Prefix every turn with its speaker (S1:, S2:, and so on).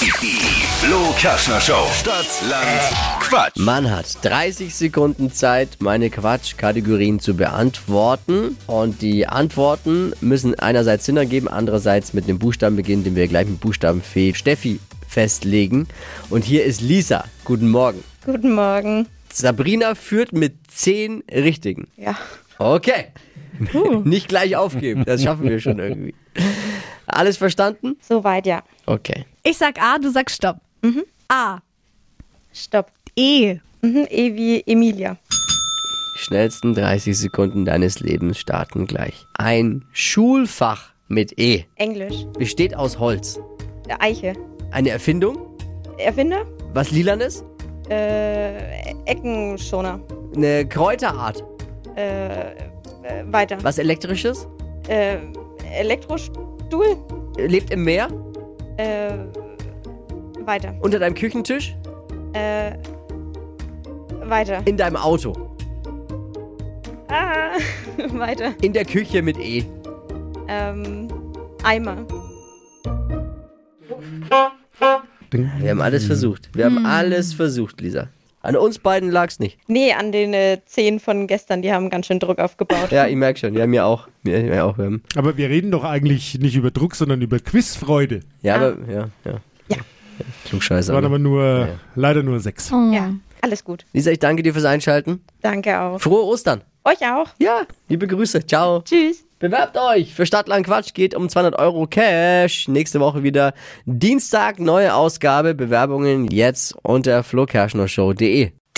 S1: Die Flo Kaschner Show. Stadt, Land, Quatsch.
S2: Man hat 30 Sekunden Zeit, meine Quatschkategorien zu beantworten. Und die Antworten müssen einerseits Sinn ergeben, andererseits mit einem Buchstaben beginnen, den wir gleich mit Buchstabenfee Steffi festlegen. Und hier ist Lisa. Guten Morgen.
S3: Guten Morgen.
S2: Sabrina führt mit 10 Richtigen.
S3: Ja.
S2: Okay. Nicht gleich aufgeben, das schaffen wir schon irgendwie. Alles verstanden?
S3: Soweit, ja.
S2: Okay.
S4: Ich sag A, du sagst Stopp. A.
S3: Stopp.
S4: E.
S3: Mhm, e wie Emilia.
S2: Schnellsten 30 Sekunden deines Lebens starten gleich. Ein Schulfach mit E
S3: Englisch.
S2: besteht aus Holz.
S3: Äh, Eiche.
S2: Eine Erfindung,
S3: Erfinder?
S2: was lilanes,
S3: Äh, Eckenschoner.
S2: eine Kräuterart,
S3: Äh, äh, weiter.
S2: was elektrisches,
S3: Äh, Elektrostuhl?
S2: lebt im Meer,
S3: Äh, weiter.
S2: unter deinem Küchentisch,
S3: Äh, weiter.
S2: in deinem Auto,
S3: Ah, weiter.
S2: in der Küche mit E.
S3: Ähm, Eimer.
S2: Wir haben alles versucht. Wir haben alles versucht, Lisa. An uns beiden lag's nicht.
S3: Nee, an den äh, Zehen von gestern, die haben ganz schön Druck aufgebaut.
S2: Ja, ich merk schon. Ja, mir auch. Mir, mir auch. Wir haben,
S5: Aber wir reden doch eigentlich nicht über Druck, sondern über Quizfreude.
S2: ja, aber ja, ja.
S3: Ja.
S2: Klugscheißer.
S5: Waren aber nur,
S2: Ja.
S5: leider nur sechs.
S3: ja. Alles gut.
S2: Lisa, ich danke dir fürs Einschalten.
S3: Danke auch.
S2: Frohe Ostern.
S3: Euch auch.
S2: Ja, liebe Grüße. Ciao.
S3: Tschüss.
S2: Bewerbt euch für Stadtland Quatsch. Geht um 200 Euro Cash. Nächste Woche wieder Dienstag. Neue Ausgabe. Bewerbungen jetzt unter flokerschnershow.de.